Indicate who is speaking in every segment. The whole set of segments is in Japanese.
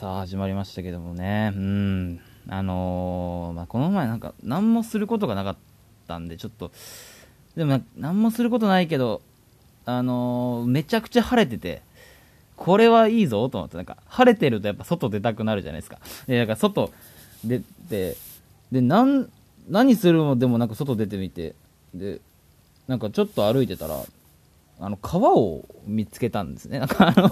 Speaker 1: 始まりましたけどもね、うん、あのーまあ、この前、なんか、何もすることがなかったんで、ちょっと、でもな、何もすることないけど、あのーめちゃくちゃ晴れてて、これはいいぞと思って、なんか、晴れてるとやっぱ外出たくなるじゃないですか。で、なんか外出て、で、なん、何するのでもなんか外出てみて、で、なんかちょっと歩いてたら、あの、川を見つけたんですね。なん かあの、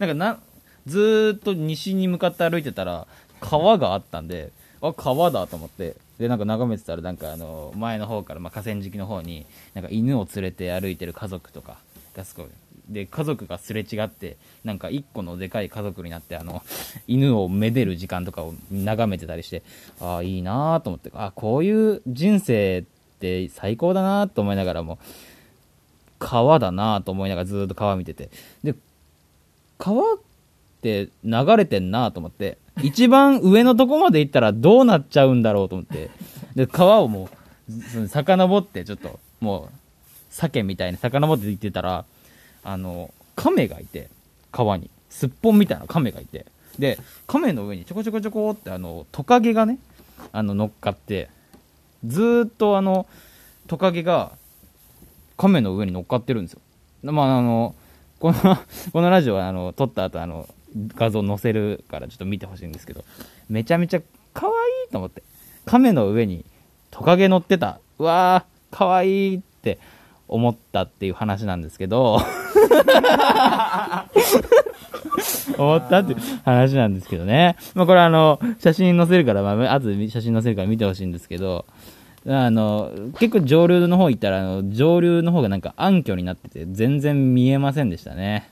Speaker 1: なんかな、ずーっと西に向かって歩いてたら、川があったんで、あ、川だと思って、で、なんか眺めてたら、なんかあの、前の方から、まあ、河川敷の方に、なんか犬を連れて歩いてる家族とかがすごい。で、家族がすれ違って、なんか一個のでかい家族になって、あの、犬をめでる時間とかを眺めてたりして、ああ、いいなーと思って、あこういう人生って最高だなーと思いながらも、川だなぁと思いながらずーっと川見てて。で、川って流れてんなぁと思って、一番上のとこまで行ったらどうなっちゃうんだろうと思って、で、川をもう、ずその遡ってちょっと、もう、鮭みたいに遡って行ってたら、あの、亀がいて、川に。すっぽんみたいな亀がいて。で、亀の上にちょこちょこちょこって、あの、トカゲがね、あの、乗っかって、ずーっとあの、トカゲが、亀の上に乗っかってるんですよ。まあ、あの、この、 このラジオは、あの、撮った後、あの、画像載せるからちょっと見てほしいんですけど、めちゃめちゃ可愛いと思って、亀の上にトカゲ乗ってた。うわー、可愛いって思ったっていう話なんですけど、 思ったっていう話なんですけどね。まあ、これあの、写真載せるから、まあ、後で写真載せるから見てほしいんですけど、あの、結構上流の方行ったら、あの、上流の方がなんか暗渠になってて、全然見えませんでしたね。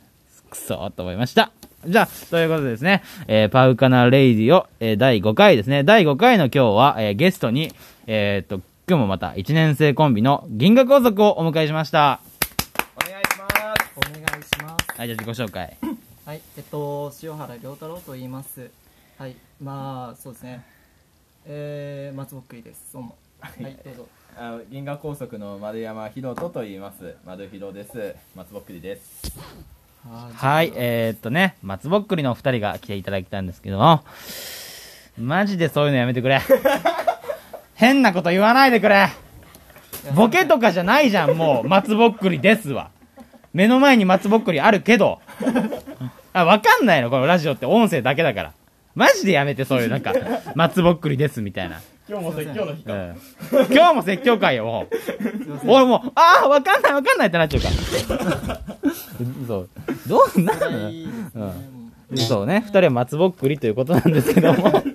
Speaker 1: くそーと思いました。じゃあ、ということでですね、えーパウカナレイディオ、えー第5回ですね。第5回の今日は、えーゲストに、えーっと、今日もまた1年生コンビの銀河皇族をお迎えしました。
Speaker 2: お願いします
Speaker 3: お願いします。
Speaker 1: はい、じゃあ自己紹介。
Speaker 3: はい、えっと、塩原良太郎と言います。はい、まあ、そうですね。えー、松ぼっくりです。どうも。はい、どうぞ。
Speaker 2: あの銀河高速の丸山博人と言います丸博です松ぼっくりです
Speaker 3: は
Speaker 1: はい、えーっとね、松ぼっくりのお二人が来ていただいたんですけども、マジでそういうのやめてく れ。変なこと言わないでくれ。ボケとかじゃないじゃん、もう、松ぼっくりですわ。目の前に松ぼっくりあるけど。あ、わかんないの、このラジオって音声だけだから。マジでやめて、そういう、 なんか、松ぼっくりです、みたいな。
Speaker 2: 今日も説教の日
Speaker 1: うん今日も説教会よ、もう。俺もう、ああ、わかんない、わかんないってなっちゃう から。そう。どうな
Speaker 3: は
Speaker 1: の
Speaker 3: い、ですね。も
Speaker 1: そうね、二人は松ぼっくりということなんですけども。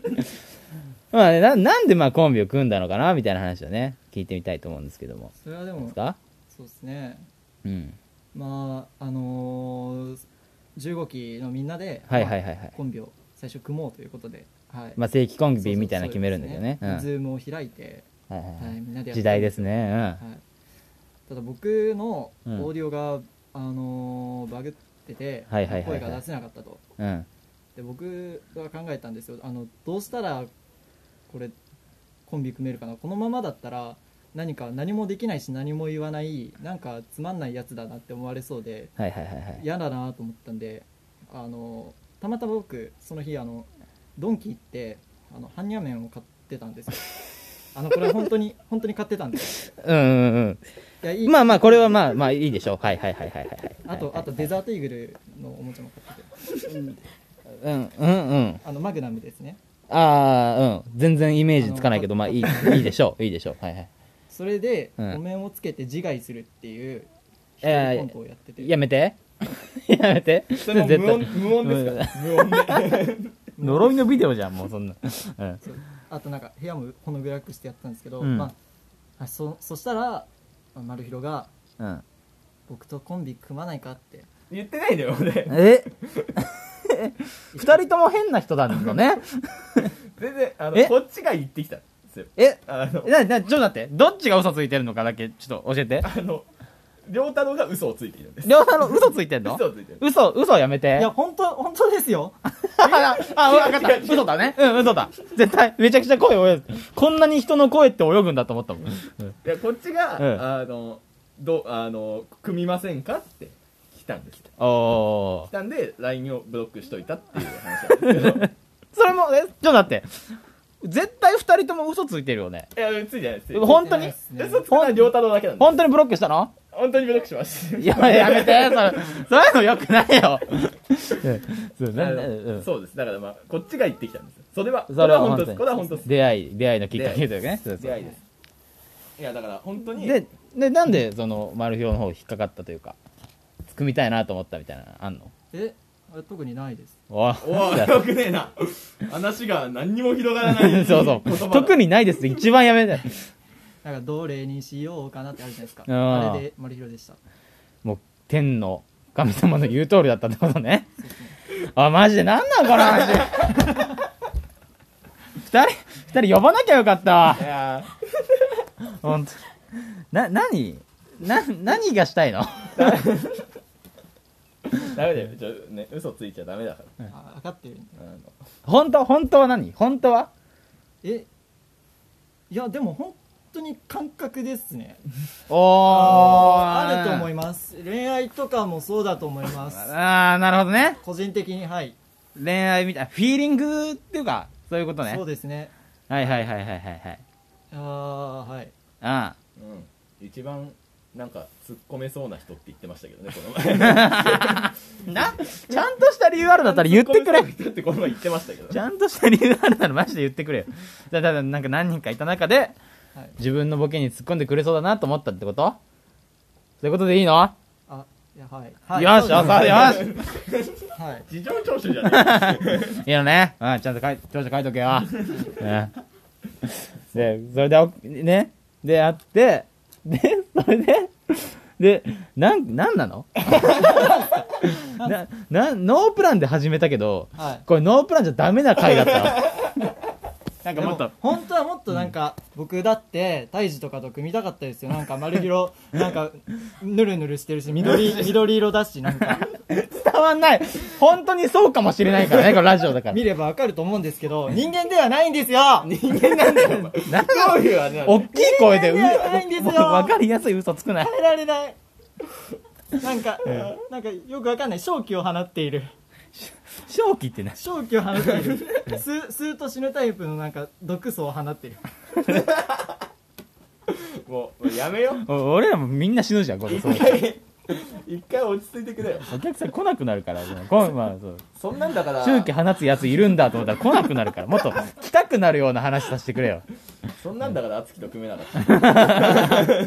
Speaker 1: まあね、ななんでまあコンビを組んだのかなみたいな話をね、聞いてみたいと思うんですけども
Speaker 3: う。それはで
Speaker 1: で
Speaker 3: も
Speaker 1: す、か
Speaker 3: そうですね。
Speaker 1: うん。
Speaker 3: まあ、あのー、15期のみんなで、
Speaker 1: はいはい
Speaker 3: ま
Speaker 1: はいはい
Speaker 3: あ。コンビを最初組もうということで、はい。
Speaker 1: まあ正規コンビみたいなの決めるんだけ
Speaker 3: け
Speaker 1: ど
Speaker 3: ど
Speaker 1: ね。うんはい
Speaker 3: ズームを開いて、
Speaker 1: はい
Speaker 3: は、
Speaker 1: はい
Speaker 3: みん
Speaker 1: い。
Speaker 3: なでやって
Speaker 1: 時代ですね。
Speaker 3: はい、ただ僕のオ
Speaker 1: うん
Speaker 3: ーディオが、あのーバグってて、
Speaker 1: はいはいはいはい
Speaker 3: 声が出せなかったと
Speaker 1: うん。うん。
Speaker 3: で僕が考えたんですよあのどうしたらこれコンビ組めるかなこのままだったら何か何もできないし何も言わないなんかつまんないやつだなって思われそうで
Speaker 1: はいはいはいはい。
Speaker 3: 嫌だなと思ったんであのたまたま僕その日あのドンキ行ってあの般若麺を買ってたんですよあのこれは本当に本当に買ってたんです
Speaker 1: うんうん
Speaker 3: いやい
Speaker 1: うん。
Speaker 3: い
Speaker 1: まあまあ、これはまあまあいいでしょう。はいはいはいはいはい。
Speaker 3: あと、あとデザートイーグルのおもちゃも買ってて、
Speaker 1: うんうんうん。
Speaker 3: あのマグナムですね。
Speaker 1: ああ、うん。全然イメージつかないけど、
Speaker 3: あの
Speaker 1: まあいい、いいでしょう。いいでしょう。はいはい。
Speaker 3: それで、
Speaker 1: うん
Speaker 3: お面をつけて自害するっていう、一
Speaker 1: いやいや
Speaker 3: 人コントをやってて、
Speaker 1: やめて。 やめて。
Speaker 2: それも無音無音ですから無音
Speaker 1: 呪
Speaker 2: で
Speaker 1: いのビデオじゃん、もうそんな。うん
Speaker 3: そうあとなんか部屋もほの暗くしてやったんですけど、
Speaker 1: うん
Speaker 3: まあ、あそそしたら、まあ、丸広が
Speaker 1: うん。
Speaker 3: 僕とコンビ組まないかって、
Speaker 2: 言ってないんだよ 俺
Speaker 1: え二人とも変な人だのね。
Speaker 2: 全然あ
Speaker 1: え
Speaker 2: のこっちが言ってきたんですよ
Speaker 1: え
Speaker 2: あの
Speaker 1: な、な、ちょっと待って。どっちが嘘ついてるのかだけ、ちょっと教えて。
Speaker 2: あの良太郎が嘘をついているんです
Speaker 1: りょうたろ嘘ついてんの
Speaker 2: 嘘をついてる
Speaker 1: 嘘、嘘やめて。
Speaker 3: いや、本当、本当ですよ、
Speaker 1: あ、あ、わかった。嘘だね。うん、嘘だ。絶対、めちゃくちゃ声泳ぐ。こんなに人の声って泳ぐんだと思ったもん。
Speaker 2: いやこっちが、
Speaker 1: うん
Speaker 2: あのどうあの組みませんかって来たんです
Speaker 1: お
Speaker 2: 来たんで LINE をブロックしといたっていう話なんですけ
Speaker 1: ょ
Speaker 2: ど
Speaker 1: っと待って絶対二人とも嘘ついてるよね
Speaker 2: いや、ついてないです。
Speaker 1: 本当に
Speaker 2: 嘘つかない良太郎だけなんです。
Speaker 1: 本当にブロックしたの
Speaker 2: 本当にブロックしま す。
Speaker 1: いややめてそれ そういうのよくない よそう
Speaker 2: あ
Speaker 1: な
Speaker 2: の
Speaker 1: うん
Speaker 2: そうです。だからまあ、こっちが言ってきたんですよ。それは、
Speaker 1: そ
Speaker 2: そ
Speaker 1: れ
Speaker 2: れ
Speaker 1: は
Speaker 2: は本
Speaker 1: 本当
Speaker 2: 当で
Speaker 1: に
Speaker 2: す。これは本当です。
Speaker 1: 出会い出会いのきっかけというかねそうそう
Speaker 2: 出会いです。いや、だから本当に、
Speaker 1: ででなんでそのマルヒョの方引っかかったというか組みたいなと思ったみたいなのあんの
Speaker 3: えあ特にないです
Speaker 1: お
Speaker 2: おお、よくねえな。話が何にも広がら な
Speaker 1: そ
Speaker 2: い。
Speaker 1: うそう特
Speaker 2: に。
Speaker 1: にないですって一番やめだよ
Speaker 3: なんかどれにしようかなってあるじゃないですか
Speaker 1: あー
Speaker 3: あれで丸広でした
Speaker 1: もう天の神様の言う通りだったってことねあマジで何なんこの 話二人二人呼ばなきゃよかったわ
Speaker 2: いや
Speaker 1: 本当な何な何がしたいの
Speaker 2: ーダメだよ。ちょね、嘘ついちゃダメだから。
Speaker 3: あ分かってるんだ
Speaker 2: あの
Speaker 1: 本当本当は何本当は
Speaker 3: えいやでも本当に感覚ですね
Speaker 1: おお
Speaker 3: あると思います恋愛とかもそうだと思います
Speaker 1: ああなるほどね
Speaker 3: 個人的にはい
Speaker 1: 恋愛みたいなフィーリングっていうかそういうことね
Speaker 3: そうですね
Speaker 1: はいはいはいはいはいはい
Speaker 3: ああはい
Speaker 1: あ
Speaker 2: うん。一番、なんか、突っ込めそうな人って言ってましたけどね、この前。
Speaker 1: あなちゃんとした理由あるんだったら言ってくれ
Speaker 2: 突っ込めそうな人ってこの前言ってましたけど
Speaker 1: ち
Speaker 2: ね。
Speaker 1: ゃんとした理由あるならマジで言ってくれ よだだだなんか何人かいた中で
Speaker 3: はい
Speaker 1: 自分のボケに突っ込んでくれそうだなと思ったってことそういうことでいいの、
Speaker 3: あいやはい、はい、
Speaker 1: よし
Speaker 3: そう
Speaker 1: よ
Speaker 3: で
Speaker 1: しよし
Speaker 3: すはい
Speaker 2: 事情聴取じゃない。
Speaker 1: いいのね。うん、ちゃんと書い、調書いとけ よ。うん。で、それでお、ね、で、あって、で、それで、で、なん、なんなの な、な、ノープランで始めたけど、
Speaker 3: はい
Speaker 1: これノープランじゃダメな回だった。なんかもっ
Speaker 3: で
Speaker 1: と
Speaker 3: も、本当はもっとなんか、僕だって大樹とかと組みたかったですよなんか丸広なんかぬるぬるしてる し緑緑色だしなんか
Speaker 1: 伝わんない。本当にそうかもしれない からね、このラジオだから
Speaker 3: 見。ればわかると思うんですけど人間ではないんですよ
Speaker 2: 人 間なんだよ、お前。
Speaker 1: なん
Speaker 2: どういうあれな
Speaker 1: おっ
Speaker 2: の
Speaker 1: きい声で、う
Speaker 3: いやいやいやいいんですよ
Speaker 1: わかりやすい嘘つくない
Speaker 3: 耐。えられないなんか、なんかよくわかんない正気を放っている
Speaker 1: 正気ってな。
Speaker 3: 正気を放っている スースーッと死ぬタイプのなんか毒素を放っている
Speaker 2: もう、もうやめよう。
Speaker 1: お俺らもみんな死ぬじゃん、これ。そう
Speaker 2: 一回落ち着いてくれよ。
Speaker 1: お客さん来なくなるから、そのこんまあ、そう。
Speaker 2: そんなんだから、
Speaker 1: 中期放つやついるんだと思ったら来なくなるから、もっと来たくなるような話させてくれよ。
Speaker 2: そんなんだから、あつきと組めなかった。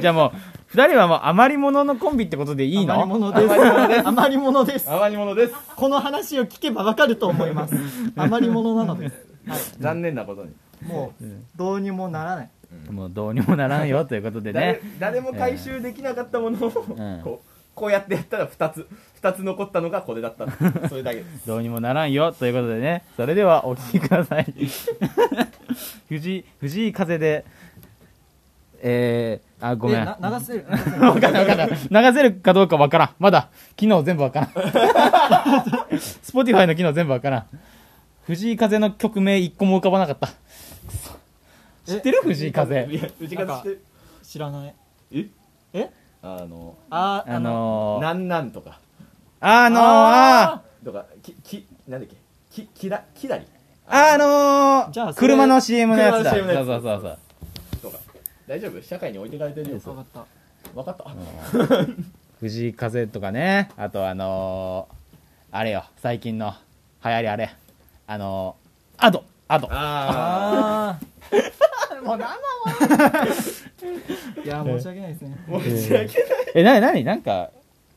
Speaker 1: じゃあもう、二人はもう余り物のコンビってことでいい
Speaker 3: 余
Speaker 1: の
Speaker 3: り物です余り物です
Speaker 2: 余り物です
Speaker 3: この話を聞けばわかると思い ます余り物なのです
Speaker 2: 残念なことに、
Speaker 3: もうどうにもならない
Speaker 1: もうどうにもならんよということで
Speaker 2: 誰
Speaker 1: ね。
Speaker 2: 誰も回収できなかったものを、
Speaker 1: ん
Speaker 2: こうこうやってやったら2つ2つ残ったのがこれ だったのそれだけです
Speaker 1: どうにもならんよということでね。それではお聞きください。 藤井、藤井風で、えー、あ、ごめん。
Speaker 3: で
Speaker 1: わ
Speaker 3: な流せる流せる
Speaker 1: かんない わかんない。流せるかどうかわからん。まだ、機能全部わからん。Spotify の機能全部わからん。藤井風の曲名一個も浮かばなかった。知ってる藤井風。
Speaker 2: いや藤方して
Speaker 3: 知らない
Speaker 2: え
Speaker 3: え
Speaker 2: あの
Speaker 3: あー
Speaker 1: あのー、
Speaker 2: なんなんとか
Speaker 1: あのー、あ
Speaker 2: とかききなんだっけききらきらり
Speaker 1: あのー、
Speaker 3: じゃあそれ
Speaker 1: 車の CM のやつだ。そ
Speaker 2: 車の CM のや
Speaker 1: うそ
Speaker 2: つ
Speaker 1: うそうそう。
Speaker 2: とか大丈夫社会に置いてかれてるよ
Speaker 3: 分かった
Speaker 2: 分かった、
Speaker 1: 藤井風とかね、あとあのー、あれよ、最近の流行りあれ。あのー、アドアド
Speaker 3: あ
Speaker 2: あ
Speaker 1: もうな
Speaker 3: あいや申し訳ないですね
Speaker 2: あ申し訳ない
Speaker 1: え、なになになんか、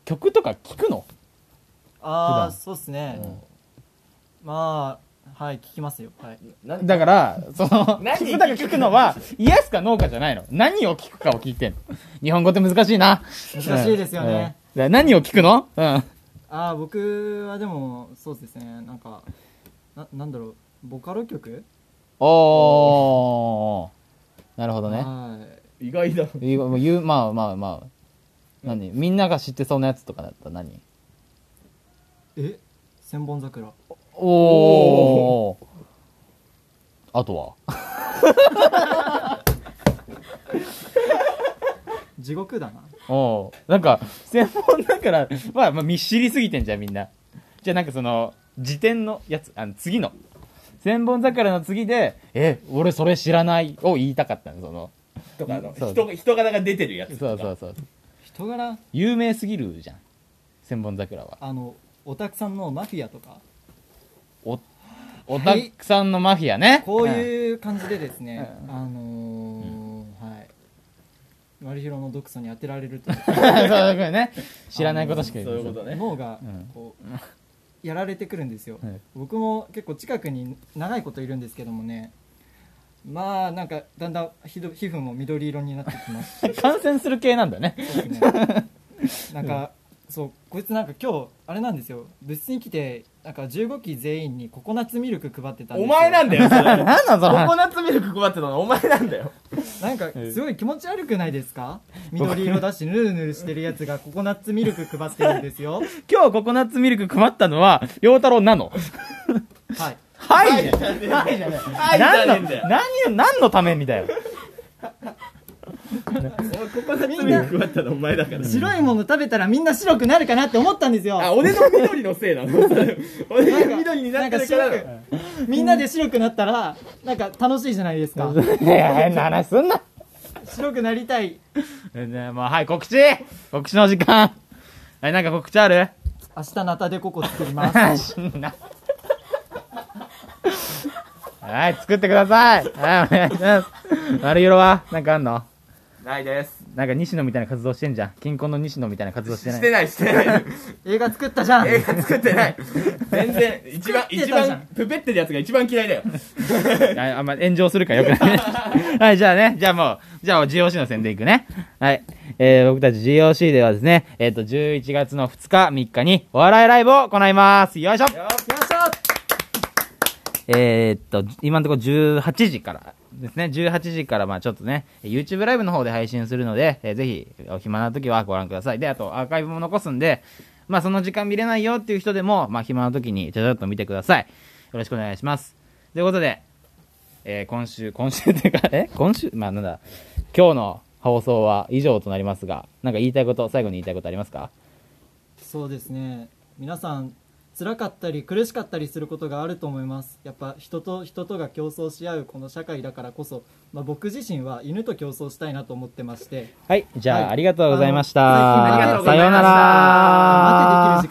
Speaker 1: 曲とか聞くの
Speaker 3: あ
Speaker 1: 普段
Speaker 3: あそうっすね、まあはい聞きますよはい
Speaker 2: な
Speaker 1: だから、その、
Speaker 2: 何
Speaker 1: 聞くだけ聞くのは、イエスかノーかじゃないの。何を聞くかを聞いてんの。日本語って難しいな。
Speaker 3: 難しいですよね
Speaker 1: うんうんだから何を聞くのうん。
Speaker 3: ああ僕はでもそうですねなんかななんだろうボカロ曲
Speaker 1: おー。なるほどね。
Speaker 3: はい
Speaker 2: 意外だ
Speaker 1: いやもう言うまあまあまあ何みんなが知ってそうなやつとかだったら何
Speaker 3: え千本桜
Speaker 1: おおあとは
Speaker 3: 地獄だな
Speaker 1: お おーなんか専門だから、まあ、まあ見知りすぎてんじゃんみんなじゃあなんかその辞典のやつあの次の千本桜の次で、え、俺それ知らないを言いたかったの、その。
Speaker 2: とかあの
Speaker 1: そう
Speaker 2: 人が人柄が出てるやつと
Speaker 1: そう
Speaker 2: か
Speaker 1: そうそう。
Speaker 3: 人柄
Speaker 1: 有名すぎるじゃん。千本桜は。
Speaker 3: あのオタクさんのマフィアとか
Speaker 1: お、おたくさんのマフィアね。
Speaker 3: こう
Speaker 1: うん。
Speaker 3: いう感じでですね、
Speaker 1: うん
Speaker 3: あのーはい割り広の毒素に当てられる と
Speaker 1: そうそういうことね。知らないことしか言
Speaker 2: そういうことね
Speaker 3: 脳が
Speaker 1: うん
Speaker 3: こう、やられてくるんですよ、
Speaker 1: はい
Speaker 3: 僕も結構近くに長いこといるんですけどもねまあなんかだんだんひど皮膚も緑色になってきます
Speaker 1: 感染する系なんだね。
Speaker 3: そうですね なんか、そうこいつなんか今日あれなんですよ部室に来てなんか15期全員にココナッツミルク配ってたんですよ
Speaker 2: お前なんだよそれ
Speaker 1: なんなんその話
Speaker 2: ココナッツミルク配ってたのはお前なんだよ
Speaker 3: なんかすごい気持ち悪くないです か緑色だしヌルヌルしてるやつがココナッツミルク配ってるんです よ
Speaker 1: 今日ココナッツミルク配ったのは、陽太郎なの。
Speaker 3: はい
Speaker 1: はい
Speaker 2: じゃねえはいじゃねえはいじゃねえ
Speaker 1: 何
Speaker 2: んだ
Speaker 1: の、
Speaker 2: よ
Speaker 1: 何を、何のためにだよ。
Speaker 2: お前ココナッツミルク配ったのお前だから
Speaker 3: 白いもの食べたらみんな白くなるかなって思ったんですよ
Speaker 2: あ俺の緑のせいな の俺が緑になってるから
Speaker 3: なんかみんなで白くなったらなんか楽しいじゃないです か
Speaker 1: いや変な話すんな。
Speaker 3: 白くなりたい
Speaker 1: ねもう、はい、告知告知の時間。え、なんか告知ある
Speaker 3: 明日ナタデココ作ります
Speaker 1: あ死んだ。はい、作ってください。はい、お願いします。丸色は、なんかあんの
Speaker 2: ないです
Speaker 1: なんか西野みたいな活動してんじゃん。金婚の西野みたいな活動してない。
Speaker 2: してないしてない
Speaker 3: 映画作ったじゃん
Speaker 2: 映画作ってない 全然一番
Speaker 3: 作って
Speaker 2: 一
Speaker 3: たじゃん
Speaker 2: 番プペってるやつが一番嫌いだよ
Speaker 1: ああんま炎上するからよく ないね。はい、じゃあね、じゃあもう、じゃあ GOC の宣伝いくね。はい。えー僕たち GOC ではですね、えっ、と、11月の2日、3日にお笑いライブを行います。よいしょえーっと、今のところ18時からですね、18時からまあちょっとね、YouTube ライブの方で配信するので、えーぜひお暇な時はご覧ください。で、あとアーカイブも残すんで、まあその時間見れないよっていう人でも、まあ暇な時にちゃちゃっと見てください。よろしくお願いします。ということで、えー今週、 今週というか、え今週まあなんだ、今日の放送は以上となりますが、なんか言いたいこと、最後に言いたいことありますか
Speaker 3: そうですね皆さん辛かったり苦しかったりすることがあると思いますやっぱ人と人とが競争し合うこの社会だからこそ、まあ、僕自身は犬と競争したいなと思ってまして
Speaker 1: はい、じゃあ、
Speaker 3: はい
Speaker 1: ありがとうございまし
Speaker 3: あ
Speaker 1: た。
Speaker 3: の
Speaker 1: さような
Speaker 3: 最近
Speaker 2: ありがとうございま
Speaker 1: ら。
Speaker 2: した
Speaker 3: 待てできる時間